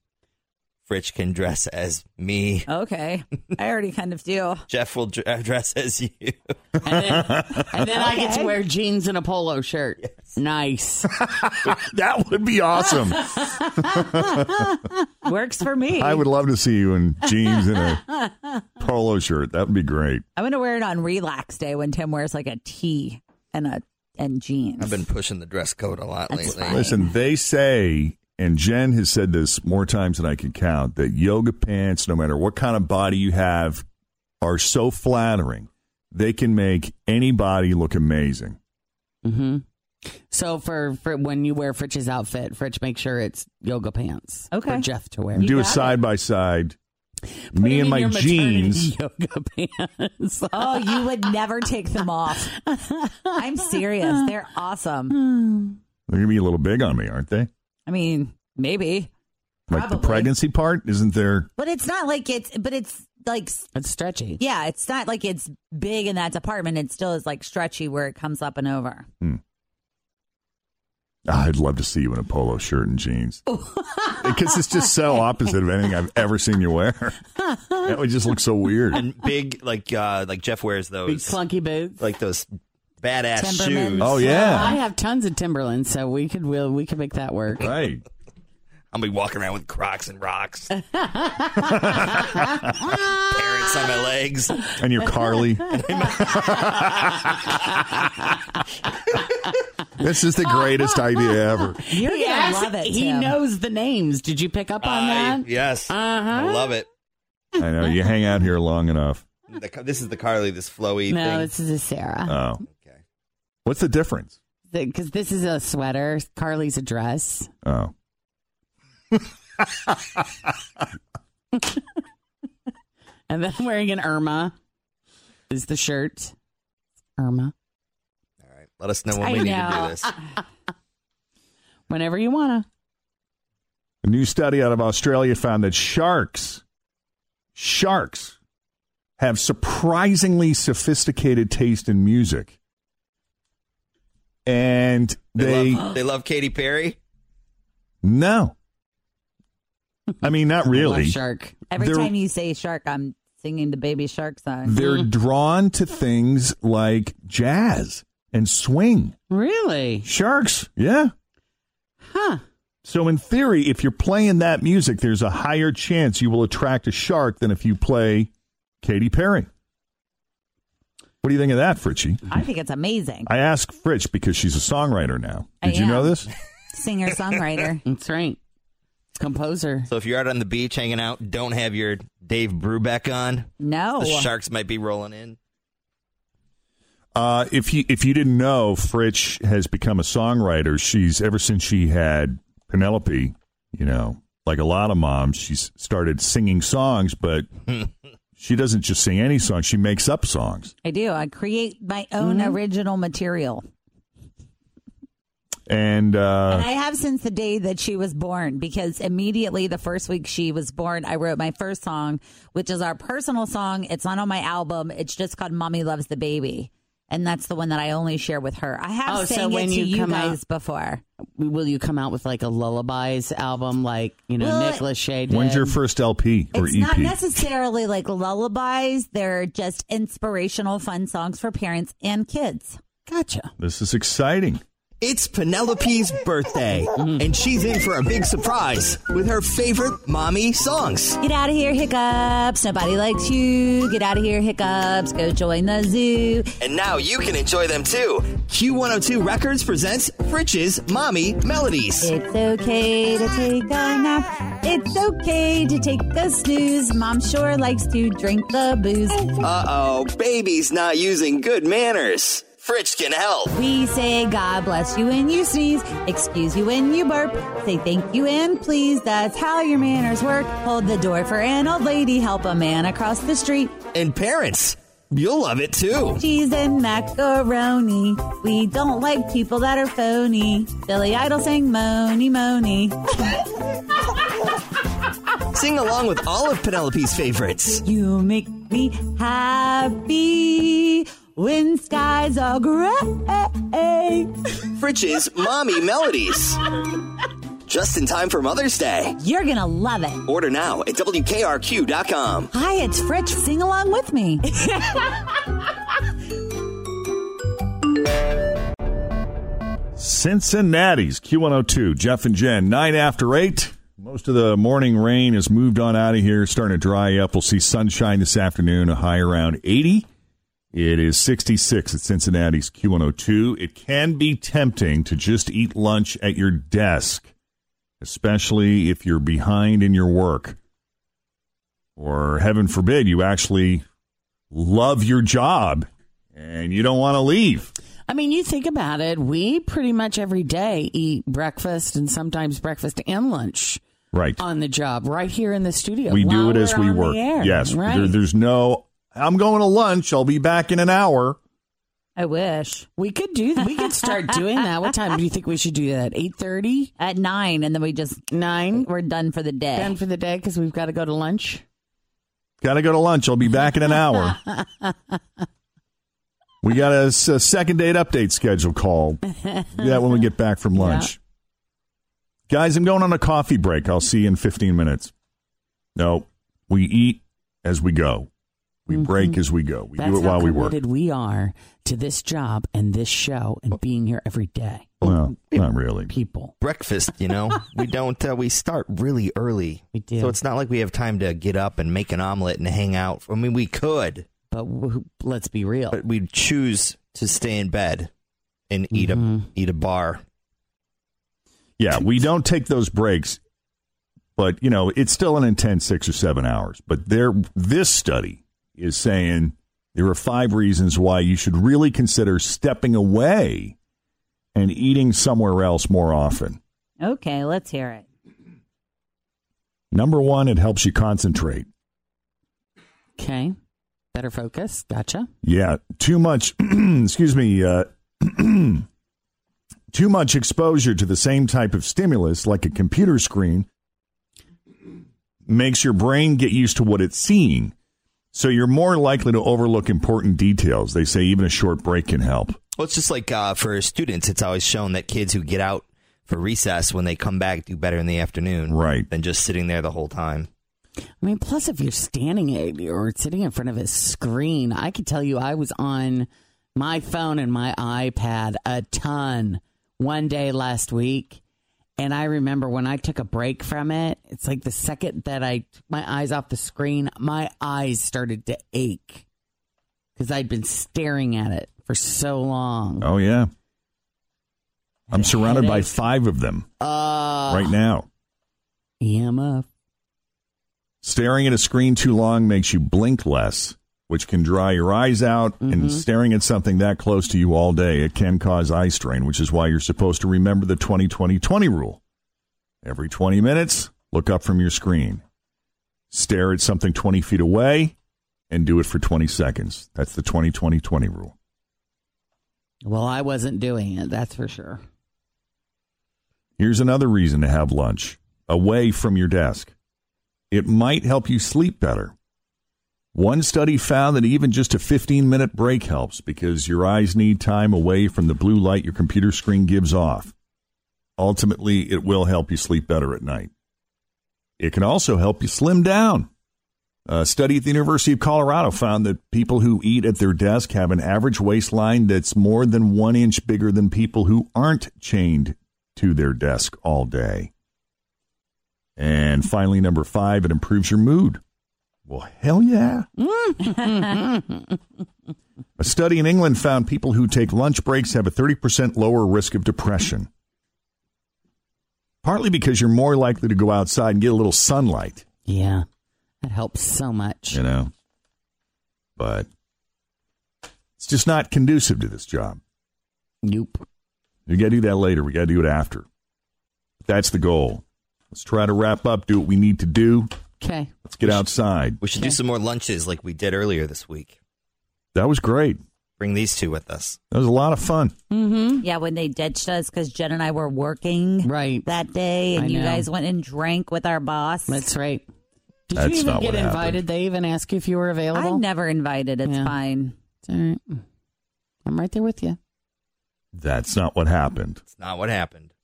Speaker 6: Fritch can dress as me,
Speaker 4: Okay, I already kind of do.
Speaker 6: *laughs* Jeff will dr- dress as you.
Speaker 5: And then I get to wear jeans and a polo shirt. Nice.
Speaker 3: that would be awesome.
Speaker 4: Works for me.
Speaker 3: I would love to see you in jeans and a polo shirt. That would be great.
Speaker 4: I'm gonna wear it on relax day when Tim wears like a tee and a and jeans.
Speaker 6: I've been pushing the dress code a lot lately.
Speaker 3: Listen, they say, and Jen has said this more times than I can count, that yoga pants, no matter what kind of body you have, are so flattering. They can make anybody look amazing.
Speaker 5: hmm So for, for when you wear Fritch's outfit, Fritch, make sure it's yoga pants.
Speaker 4: Okay.
Speaker 5: For Jeff to wear.
Speaker 3: Do a side by side. Me and my
Speaker 4: *laughs*
Speaker 3: jeans.
Speaker 5: Yoga pants. *laughs*
Speaker 4: Oh, you would never take them off. I'm serious. They're awesome.
Speaker 3: They're going to be a little big on me, aren't they?
Speaker 4: I mean, maybe,
Speaker 3: Like the pregnancy part, isn't there?
Speaker 4: but it's not like it's. But it's like, s-
Speaker 5: It's stretchy.
Speaker 4: yeah, it's not like it's big in that department. It still is like stretchy where it comes up and over.
Speaker 3: Ah, I'd love to see you in a polo shirt and jeans. because it's just so opposite of anything I've ever seen you wear. that would just look so weird.
Speaker 6: and big like uh like Jeff wears those
Speaker 5: Mm-hmm. Big clunky boots.
Speaker 6: like those badass shoes.
Speaker 5: Timberlands.
Speaker 3: Oh, yeah.
Speaker 5: I have tons of Timberlands, so we could we'll, we could make that work.
Speaker 3: Right.
Speaker 6: I'm gonna be walking around with Crocs and
Speaker 5: *laughs*
Speaker 6: rocks. Parrots on my legs.
Speaker 3: And you're Carly. this is the greatest idea ever.
Speaker 4: You're
Speaker 5: He
Speaker 4: gonna
Speaker 5: asked-
Speaker 4: love it.
Speaker 5: He
Speaker 4: Tim.
Speaker 5: knows the names. Did you pick up on
Speaker 6: I-
Speaker 5: that?
Speaker 6: *laughs* yes.
Speaker 5: Uh-huh.
Speaker 6: I love it.
Speaker 3: I know. You hang out here long enough.
Speaker 6: The- this is the Carly, this flowy
Speaker 5: No,
Speaker 6: thing.
Speaker 5: this is a Sarah.
Speaker 3: Oh. Okay. What's the difference?
Speaker 5: because this is a sweater. Carly's a dress.
Speaker 3: Oh.
Speaker 5: And then *laughs* I'm wearing an Irma is the shirt. Irma.
Speaker 6: Let us know when
Speaker 5: I
Speaker 6: we need to
Speaker 5: know.
Speaker 6: do this.
Speaker 5: *laughs* Whenever you wanna.
Speaker 3: A new study out of Australia found that sharks, sharks have surprisingly sophisticated taste in music. And
Speaker 6: They,
Speaker 3: they,
Speaker 6: love, they love Katy Perry.
Speaker 3: no. I mean, not really.
Speaker 5: Love shark.
Speaker 4: Every
Speaker 3: They're-
Speaker 4: time you say shark, I'm singing the baby shark song.
Speaker 3: They're drawn to things like jazz and swing.
Speaker 5: Really?
Speaker 3: Sharks, yeah.
Speaker 5: Huh.
Speaker 3: So in theory, if you're playing that music, there's a higher chance you will attract a shark than if you play Katy Perry. What do you think of that, Fritchie?
Speaker 4: I think it's amazing.
Speaker 3: I asked Fritch because she's a songwriter now.
Speaker 4: I
Speaker 3: Did you
Speaker 4: am.
Speaker 3: know this?
Speaker 4: Singer *laughs* songwriter.
Speaker 5: That's right. Composer.
Speaker 6: So if you're out on the beach hanging out, don't have your Dave Brubeck on.
Speaker 4: No.
Speaker 5: Oh.
Speaker 6: The sharks might be rolling in.
Speaker 3: Uh, if you if you didn't know, Fritch has become a songwriter. She's ever since she had Penelope, you know, like a lot of moms, she's started singing songs, but she doesn't just sing any song; she makes up songs.
Speaker 4: I do. I create my own
Speaker 5: Mm-hmm.
Speaker 4: original material.
Speaker 3: And, uh,
Speaker 4: And I have since the day that she was born because immediately the first week she was born, I wrote my first song, which is our personal song. It's not on my album. It's just called Mommy Loves the Baby. And that's the one that I only share with her. I have
Speaker 5: Oh,
Speaker 4: sang
Speaker 5: so when
Speaker 4: it to
Speaker 5: you
Speaker 4: you,
Speaker 5: come
Speaker 4: guys
Speaker 5: out-
Speaker 4: before.
Speaker 5: Will you come out with like a lullabies album, like you know
Speaker 4: Well,
Speaker 5: Nick Lachey did?
Speaker 3: when's your first LP or E
Speaker 4: It's
Speaker 3: EP?
Speaker 4: not necessarily like lullabies. They're just inspirational, fun songs for parents and kids.
Speaker 5: Gotcha.
Speaker 3: this is exciting.
Speaker 9: It's Penelope's birthday, and she's in for a big surprise with her favorite mommy songs.
Speaker 4: Get out of here, hiccups. Nobody likes you. Get out of here, hiccups. Go join the zoo.
Speaker 9: And now you can enjoy them too. Q102 Records presents Fritch's Mommy Melodies.
Speaker 4: It's okay to take a nap. It's okay to take a snooze. Mom sure likes to drink the booze.
Speaker 9: Uh oh, baby's not using good manners. Fritch can help.
Speaker 4: We say God bless you when you sneeze, excuse you when you burp, say thank you and please. That's how your manners work. Hold the door for an old lady, help a man across the street.
Speaker 9: And parents, you'll love it too.
Speaker 4: Cheese and macaroni. We don't like people that are phony. Billy Idol sang Moni
Speaker 9: *laughs*
Speaker 4: Moni.
Speaker 9: Sing along with all of Penelope's favorites.
Speaker 4: You make me happy when skies are gray.
Speaker 9: Fritch's Mommy Melodies. Just in time for Mother's Day.
Speaker 4: You're gonna love it.
Speaker 9: Order now at WKRQ.com.
Speaker 4: Hi, it's Fritch. Sing along with me.
Speaker 3: Cincinnati's Q102, Jeff and Jen, 9 after 8. Most of the morning rain has moved on out of here, starting to dry up. We'll see sunshine this afternoon, a high around 80. It is 66 at Cincinnati's Q102. It can be tempting to just eat lunch at your desk, especially if you're behind in your work. Or heaven forbid, you actually love your job and you don't want to leave.
Speaker 5: *laughs* I mean, you think about it. We pretty much every day eat breakfast and sometimes breakfast and lunch
Speaker 3: Right.
Speaker 5: on the job, right here in the studio.
Speaker 3: We do
Speaker 5: while
Speaker 3: it as
Speaker 5: we're
Speaker 3: we
Speaker 5: on the
Speaker 3: work.
Speaker 5: air.
Speaker 3: yes.
Speaker 5: right.
Speaker 3: There- there's no, I'm going to lunch. I'll be back in an hour.
Speaker 4: I wish
Speaker 5: we could do. We could start doing that. What time do you think we should do that? Eight thirty
Speaker 4: at nine, and then we just
Speaker 5: nine.
Speaker 4: We're done for the day.
Speaker 5: Done for the day because we've got to go to lunch.
Speaker 3: Got to go to lunch. I'll be back in
Speaker 5: *laughs*
Speaker 3: an hour. we got a, s- a second date update
Speaker 5: *laughs*
Speaker 3: schedule call. Do that when we get back from lunch. Guys, I'm going on a coffee break. I'll see you in 15 minutes. No, we eat as we go. We break as we go. We
Speaker 5: Mm-hmm. That's
Speaker 3: do it
Speaker 5: how
Speaker 3: while we work.
Speaker 5: committed we are to this job and this show
Speaker 3: Oh.
Speaker 5: and being here every day.
Speaker 3: Well, not really.
Speaker 5: People.
Speaker 6: breakfast, you know? we don't, uh, we start really early. We
Speaker 5: do.
Speaker 6: So it's not like we have time to get up and make an omelet and hang out. I mean, we could.
Speaker 5: But w- let's be real.
Speaker 3: Uh,
Speaker 6: But we choose to stay in bed and eat
Speaker 5: Mm-hmm.
Speaker 6: a eat a bar.
Speaker 3: Yeah, we don't take those breaks, but you know it's still an intense six or seven hours. But there, this study is saying there are five reasons why you should really consider stepping away and eating somewhere else more often.
Speaker 4: Okay, let's hear it.
Speaker 3: Number one, it helps you concentrate.
Speaker 5: Okay. Better focus. Gotcha.
Speaker 3: Yeah, too much. *clears throat* excuse me. Uh, *clears throat* too much exposure to the same type of stimulus, like a computer screen, makes your brain get used to what it's seeing. So you're more likely to overlook important details. They say even a short break can help.
Speaker 6: Well, it's just like uh, for students, it's always shown that kids who get out for recess when they come back do better in the afternoon,
Speaker 3: right?
Speaker 6: Than just sitting there the whole time.
Speaker 5: I mean, plus if you're standing at, or sitting in front of a screen, I could tell you I was on my phone and my iPad a ton one day last week. And I remember when I took a break from it, it's like the second that I took my eyes off the screen, my eyes started to ache because I'd been staring at it for so long.
Speaker 3: Oh yeah, I'm surrounded by
Speaker 5: headache.
Speaker 3: five of them
Speaker 5: Uh,
Speaker 3: right now.
Speaker 5: EMF.
Speaker 3: Staring at a screen too long makes you blink less. which can dry your eyes out, and staring at something that close to you all day, it can cause eye strain, which is why you're supposed to remember the 20 20 20 rule. Every 20 minutes, look up from your screen, stare at something 20 feet away, and do it for 20 seconds. That's the 20 20 20 rule.
Speaker 4: Well, I wasn't doing it, that's for sure.
Speaker 3: Here's another reason to have lunch away from your desk. It might help you sleep better. One study found that even just a 15 minute break helps because your eyes need time away from the blue light your computer screen gives off. Ultimately, it will help you sleep better at night. It can also help you slim down. A study at the University of Colorado found that people who eat at their desk have an average waistline that's more than one inch bigger than people who aren't chained to their desk all day. And finally, number five, it improves your mood. Well, hell yeah. A study in England found people who take lunch breaks have a 30% lower risk of depression. Partly because you're more likely to go outside and get a little sunlight.
Speaker 4: Yeah. That helps so much.
Speaker 3: You know? But it's just not conducive to this job.
Speaker 4: Nope.
Speaker 3: We got to do that later. We got to do it after. That's the goal. Let's try to wrap up, do what we need to do.
Speaker 4: Okay.
Speaker 3: Let's get outside.
Speaker 10: We should do some more lunches like we did earlier this week.
Speaker 3: That was great.
Speaker 10: Bring these two with us.
Speaker 3: That was a lot of fun.
Speaker 5: Mm-hmm. Yeah, when they ditched us because Jen and I were working
Speaker 4: right
Speaker 5: that day, and
Speaker 4: I
Speaker 5: you
Speaker 4: know.
Speaker 5: guys went and drank with our boss.
Speaker 4: That's right. Did
Speaker 3: That's
Speaker 4: you even
Speaker 3: not
Speaker 4: get
Speaker 3: what happened.
Speaker 4: invited? They even ask you if you were available?
Speaker 5: I'm never invited. It's fine.
Speaker 4: It's all right. I'm right there with you.
Speaker 3: That's not what happened.
Speaker 10: It's not what happened.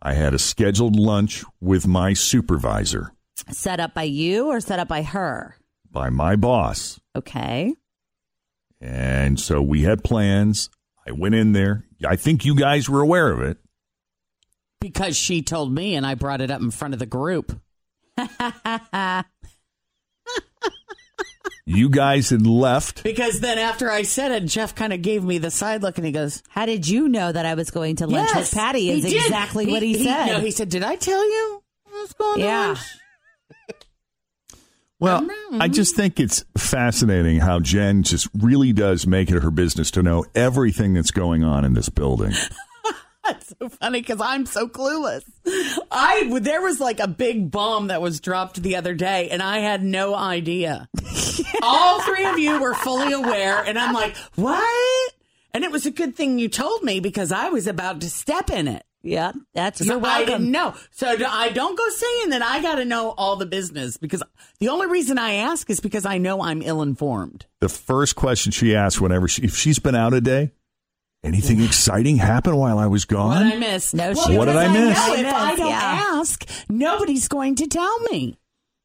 Speaker 3: I had a scheduled lunch with my supervisor
Speaker 5: Set up by you or set up by her?
Speaker 3: by my boss.
Speaker 5: Okay.
Speaker 3: And so we had plans. I went in there. I think you guys were aware of it.
Speaker 4: Because she told me and I brought it up in front of the group.
Speaker 3: You guys had left.
Speaker 4: Because then after I said it, Jeff kind of gave me the side look and he goes,
Speaker 5: How did you know that I was going to lunch
Speaker 4: yes,
Speaker 5: with Patty? Is
Speaker 4: he did.
Speaker 5: exactly what he, said.
Speaker 4: no, he said, Did I tell you what's going
Speaker 5: Yeah.
Speaker 4: on?
Speaker 3: Well, I just think it's fascinating how Jen just really does make it her business to know everything that's going on in this building.
Speaker 4: *laughs* That's so funny because I'm so clueless. I there was like a big bomb that was dropped the other day, and I had
Speaker 5: *laughs*
Speaker 4: no idea. All three of you were fully aware, and I'm like, what? And it was a good thing you told me because I was about to step in it.
Speaker 5: Yeah, that's you're
Speaker 4: So I
Speaker 5: welcome.
Speaker 4: didn't know. So do- I don't go saying that I got to know all the business because the only reason I ask is because I know I'm ill informed.
Speaker 3: The first question she asks whenever she, if she's been out a day, anything exciting happened while I was
Speaker 4: What
Speaker 3: gone?
Speaker 4: I missed?
Speaker 5: No,
Speaker 3: she- What did I
Speaker 4: because
Speaker 3: miss?
Speaker 4: know
Speaker 5: I
Speaker 4: if I
Speaker 5: missed,
Speaker 4: don't
Speaker 5: yeah.
Speaker 4: ask, nobody's going to tell me.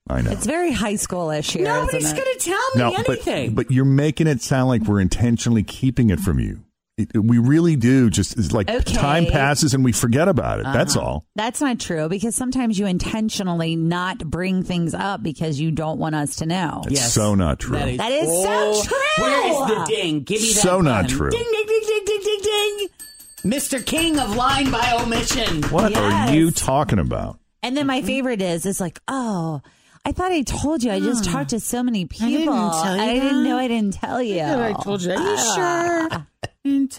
Speaker 3: I know.
Speaker 5: It's very high schoolish here.
Speaker 4: Nobody's
Speaker 5: isn't it?
Speaker 4: going to tell me
Speaker 3: No, but,
Speaker 4: anything.
Speaker 3: but you're making it sound like we're intentionally keeping it from you. It, it- we really do. Just it's like
Speaker 5: Okay.
Speaker 3: time passes and we forget about it. That's
Speaker 5: Uh-huh.
Speaker 3: all.
Speaker 5: That's not true because sometimes you intentionally not bring things up because you don't want us to know.
Speaker 3: That's so not true.
Speaker 4: That is,
Speaker 5: That is so
Speaker 4: Oh,
Speaker 5: true.
Speaker 4: Where is the ding? Give me that.
Speaker 3: So not
Speaker 4: button.
Speaker 3: true.
Speaker 4: Ding, ding, ding, ding, ding, ding, ding. Mr. King of lying by omission.
Speaker 3: What
Speaker 5: Yes.
Speaker 3: are you talking about?
Speaker 5: And then my
Speaker 4: Mm-hmm.
Speaker 5: favorite is is like, oh, I thought I told you. I just talked to so many people.
Speaker 4: tell you
Speaker 5: I didn't
Speaker 4: that.
Speaker 5: know I didn't tell you. Ah.
Speaker 4: you. Are you sure?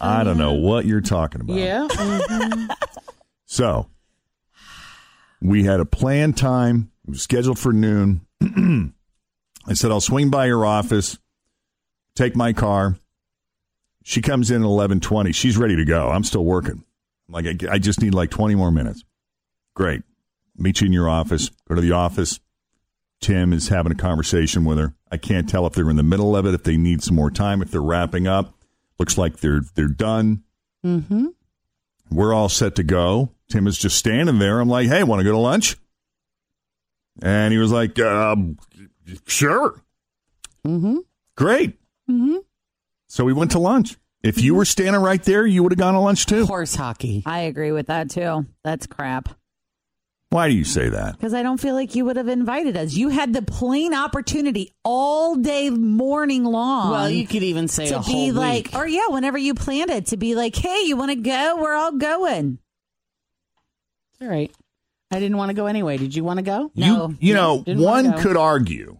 Speaker 3: I don't know what you're talking about.
Speaker 4: Yeah.
Speaker 3: *laughs* So we had a planned time. It was scheduled for noon. *clears throat* I said, I'll swing by your office, take my car. She comes in at 1120. She's ready to go. I'm still working. I'm like, I, I just need like 20 more minutes. Great. Meet you in your office. Go to the office. Tim is having a conversation with her. I can't tell if they're in the middle of it, if they need some more time, if they're wrapping up. Looks like they're they're done.
Speaker 4: mm-hmm.
Speaker 3: We're all set to go. Tim is just standing there. I'm like, hey, want to go to lunch? And he was like, um, sure.
Speaker 4: Mm-hmm.
Speaker 3: Great.
Speaker 4: Mm-hmm.
Speaker 3: So we went to lunch. If you were standing right there, you would have gone to lunch too.
Speaker 4: Horse hockey.
Speaker 5: I agree with that too. That's crap.
Speaker 3: Why do you say that?
Speaker 5: Because I don't feel like you would have invited us. You had the plain opportunity all day morning long.
Speaker 4: Well, you could even say
Speaker 5: to
Speaker 4: a
Speaker 5: be
Speaker 4: whole
Speaker 5: like,
Speaker 4: week.
Speaker 5: or yeah, whenever you planned it, to be like, hey, you want to go? We're all going.
Speaker 4: All right. I didn't want to go anyway. Did you want to go?
Speaker 5: No.
Speaker 3: You, you know,
Speaker 4: Didn't wanna
Speaker 3: one
Speaker 4: go.
Speaker 3: could argue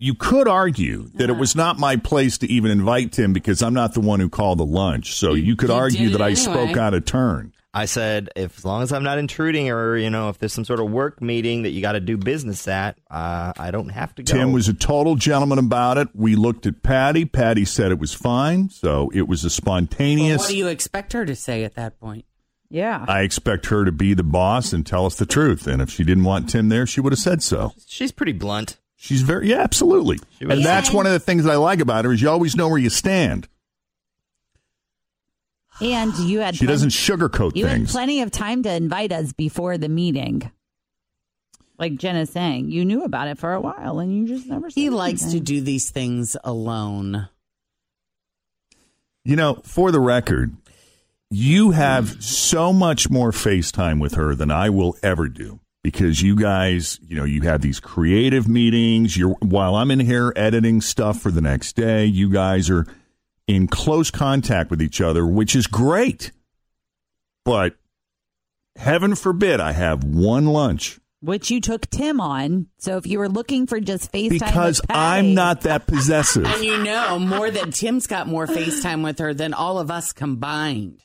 Speaker 3: you could argue that it was not my place to even invite Tim because I'm not the one who called the lunch. So you could
Speaker 6: you
Speaker 3: argue
Speaker 6: did
Speaker 3: that
Speaker 6: it
Speaker 3: I
Speaker 6: anyway.
Speaker 3: spoke out of turn.
Speaker 6: I said, if as long as I'm not intruding, or you know, if there's some sort of work meeting that you got to do business at, uh, I don't have to go.
Speaker 3: Tim was a total gentleman about it. We looked at Patty. Patty said it was fine. So it was a spontaneous.
Speaker 4: What do you expect her to say at that point?
Speaker 11: Yeah.
Speaker 3: I expect her to be the boss and tell us the truth. And if she didn't want Tim there, she would have said so.
Speaker 6: She's pretty blunt.
Speaker 3: She's very, yeah, absolutely.
Speaker 6: was-
Speaker 3: And that's one of the things that I like about her is you always know where you stand.
Speaker 5: And you had
Speaker 3: She
Speaker 5: plen-
Speaker 3: doesn't sugarcoat
Speaker 5: You had
Speaker 3: things.
Speaker 5: plenty of time to invite us before the meeting. Like Jen is saying, you knew about it for a while and you just never.
Speaker 4: He likes to do these things alone.
Speaker 3: You know, for the record, you have so much more FaceTime with her than I will ever do because you guys, you know, you have these creative meetings. You're while I'm in here editing stuff for the next day, you guys are in close contact with each other, which is great. But heaven forbid I have one lunch
Speaker 5: Which you took Tim on. So if you were looking for just FaceTime, with
Speaker 3: because I'm not that possessive.
Speaker 4: *laughs* And you know more that Tim's got more FaceTime with her than all of us combined.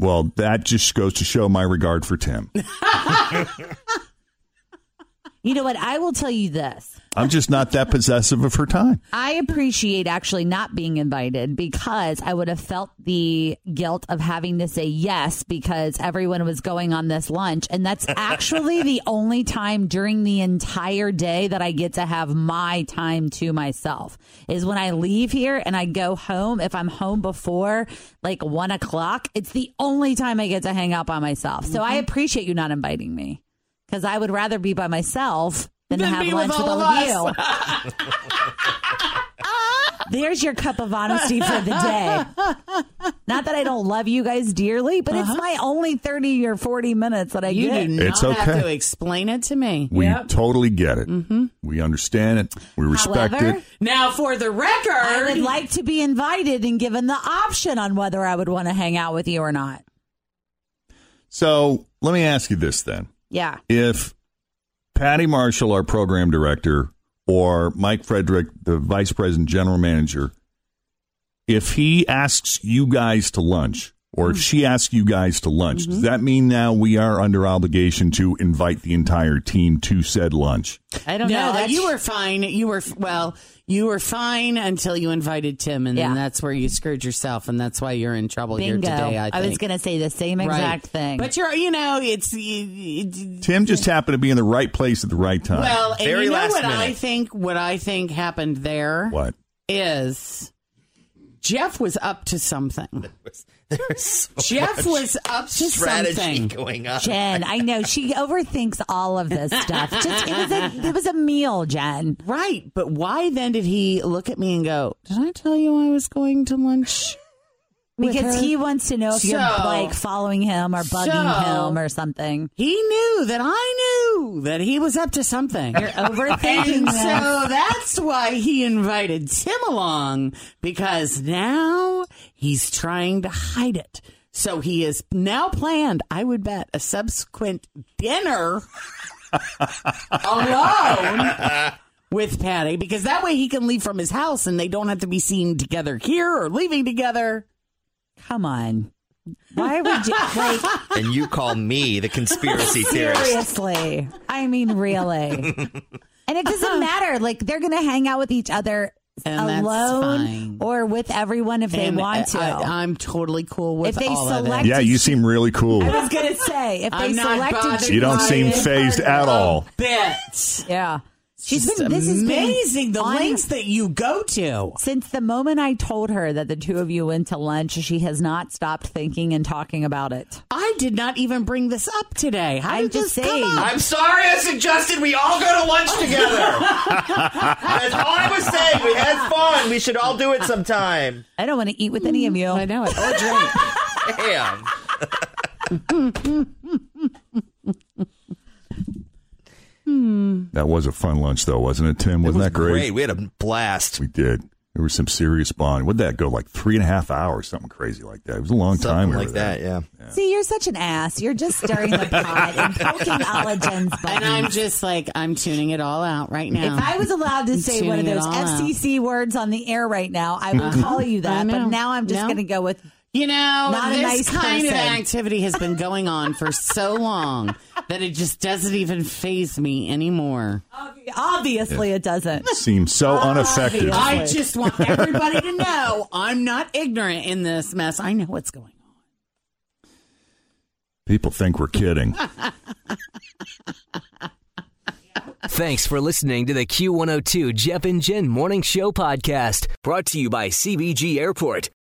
Speaker 3: Well, that just goes to show my regard for Tim.
Speaker 5: *laughs* You know what? I will tell you this.
Speaker 3: I'm just not that possessive of her time.
Speaker 5: I appreciate actually not being invited because I would have felt the guilt of having to say yes because everyone was going on this lunch. And that's actually the only time during the entire day that I get to have my time to myself is when I leave here and I go home. If I'm home before like one o'clock, it's the only time I get to hang out by myself. So I appreciate you not inviting me because I would rather be by myself than,
Speaker 4: Than
Speaker 5: have
Speaker 4: be with
Speaker 5: lunch with
Speaker 4: all
Speaker 5: all of
Speaker 4: of
Speaker 5: you.
Speaker 4: us.
Speaker 5: *laughs* There's your cup of honesty for the day. Not that I don't love you guys dearly, but it's my only 30 or 40 minutes that I
Speaker 4: You
Speaker 5: get.
Speaker 4: do not
Speaker 3: It's okay.
Speaker 4: have to explain it to me.
Speaker 3: We totally get it.
Speaker 5: Mm-hmm.
Speaker 3: We understand it. We respect it.
Speaker 4: Now, for the record,
Speaker 5: I would like to be invited and given the option on whether I would want to hang out with you or not.
Speaker 3: So let me ask you this then.
Speaker 5: Yeah.
Speaker 3: If Patty Marshall, our program director, or Mike Frederick, the vice president general manager, if he asks you guys to lunch, or if she asks you guys to lunch, does that mean now we are under obligation to invite the entire team to said lunch?
Speaker 4: I don't know. you were fine. You were f- well. You were fine until you invited Tim, and then that's where you screwed yourself, and that's why you're in trouble here
Speaker 5: Bingo.
Speaker 4: today. I,
Speaker 5: I was
Speaker 4: think.
Speaker 5: going to say the same
Speaker 4: Right.
Speaker 5: exact thing.
Speaker 4: but you're you know it's you- you-
Speaker 3: Tim just happened to be in the right place at the right time.
Speaker 4: well, and you know what I think. What I think happened there
Speaker 3: What?
Speaker 4: is Jeff was up
Speaker 6: *laughs*
Speaker 4: to something.
Speaker 6: much
Speaker 4: Jeff was up to
Speaker 6: strategy
Speaker 4: something
Speaker 6: going on.
Speaker 5: Jen, I know
Speaker 6: *laughs*
Speaker 5: she overthinks all of this stuff. Just it was a it was a meal, Jen.
Speaker 4: Right, but why then did he look at me and go, "Did I tell you I was going to lunch?" with
Speaker 5: because
Speaker 4: her?"
Speaker 5: he wants to know if you're
Speaker 4: So-
Speaker 5: like following him or bugging
Speaker 4: So-
Speaker 5: him or something.
Speaker 4: He knew that I knew that he was up to something. You're
Speaker 5: overthinking
Speaker 4: and
Speaker 5: this.
Speaker 4: so that's why he invited Tim along because now he's trying to hide it. So he has now planned, I would bet, a subsequent dinner
Speaker 5: *laughs*
Speaker 4: alone with Patty because that way he can leave from his house and they don't have to be seen together here or leaving together.
Speaker 5: Come on. Why would you like
Speaker 6: and you call me the conspiracy theorist.
Speaker 5: Seriously. I mean, really. and it doesn't matter. Like, they're going to hang out with each other
Speaker 4: And that's
Speaker 5: alone
Speaker 4: fine.
Speaker 5: or with everyone if they
Speaker 4: And
Speaker 5: want to.
Speaker 4: I, am totally cool with
Speaker 5: If they
Speaker 4: all
Speaker 5: select-
Speaker 4: of it.
Speaker 3: Yeah, you seem really cool.
Speaker 5: *laughs* I was going to say, if
Speaker 4: I'm
Speaker 5: they
Speaker 4: not
Speaker 5: selected
Speaker 4: bothered
Speaker 3: You don't seem phazed at all.
Speaker 4: Bit.
Speaker 5: Yeah. She's
Speaker 4: It's
Speaker 5: been, this is
Speaker 4: amazing the lengths that you go to.
Speaker 5: Since the moment I told her that the two of you went to lunch, she has not stopped thinking and talking about it.
Speaker 4: I did not even bring this up today. How
Speaker 5: I'm
Speaker 4: did
Speaker 5: just
Speaker 4: this
Speaker 5: saying.
Speaker 4: Come up?
Speaker 5: I'm
Speaker 6: sorry I suggested we all go to lunch together. That's all I was saying. We had fun. We should all do it sometime.
Speaker 5: I don't want to eat with any of you. I
Speaker 4: know it. Or drink.
Speaker 6: Damn.
Speaker 3: That was a fun lunch, though, wasn't it, Tim? Wasn't that great?
Speaker 6: Great. We had a blast.
Speaker 3: We did. There was some serious bond. Would that go like three and a half hours, something crazy like that? It was a long
Speaker 12: Something
Speaker 3: time. we were
Speaker 12: like that,
Speaker 3: there.
Speaker 12: yeah.
Speaker 5: See, you're such an ass. You're just stirring the pot and poking Jen's
Speaker 4: *laughs* And I'm just like, I'm tuning it all out right now.
Speaker 5: If I was allowed to
Speaker 4: I'm
Speaker 5: say one of
Speaker 4: tuning it
Speaker 5: those
Speaker 4: all out.
Speaker 5: FCC words on the air right now, I would
Speaker 4: Uh-huh.
Speaker 5: call you
Speaker 4: I
Speaker 5: that.
Speaker 4: know.
Speaker 5: But now I'm just
Speaker 4: No.
Speaker 5: going to go with
Speaker 4: You know,
Speaker 5: not
Speaker 4: this
Speaker 5: a nice
Speaker 4: kind
Speaker 5: person.
Speaker 4: of activity has been going on for so long that it just doesn't even phase me anymore.
Speaker 5: Obviously, it doesn't.
Speaker 3: Seems so unaffected.
Speaker 4: I just want everybody to know I'm not ignorant in this mess. I know what's going on.
Speaker 3: People think we're kidding.
Speaker 2: Thanks for listening to the Q102 Jeff and Jen Morning Show podcast, brought to you by CBG Airport.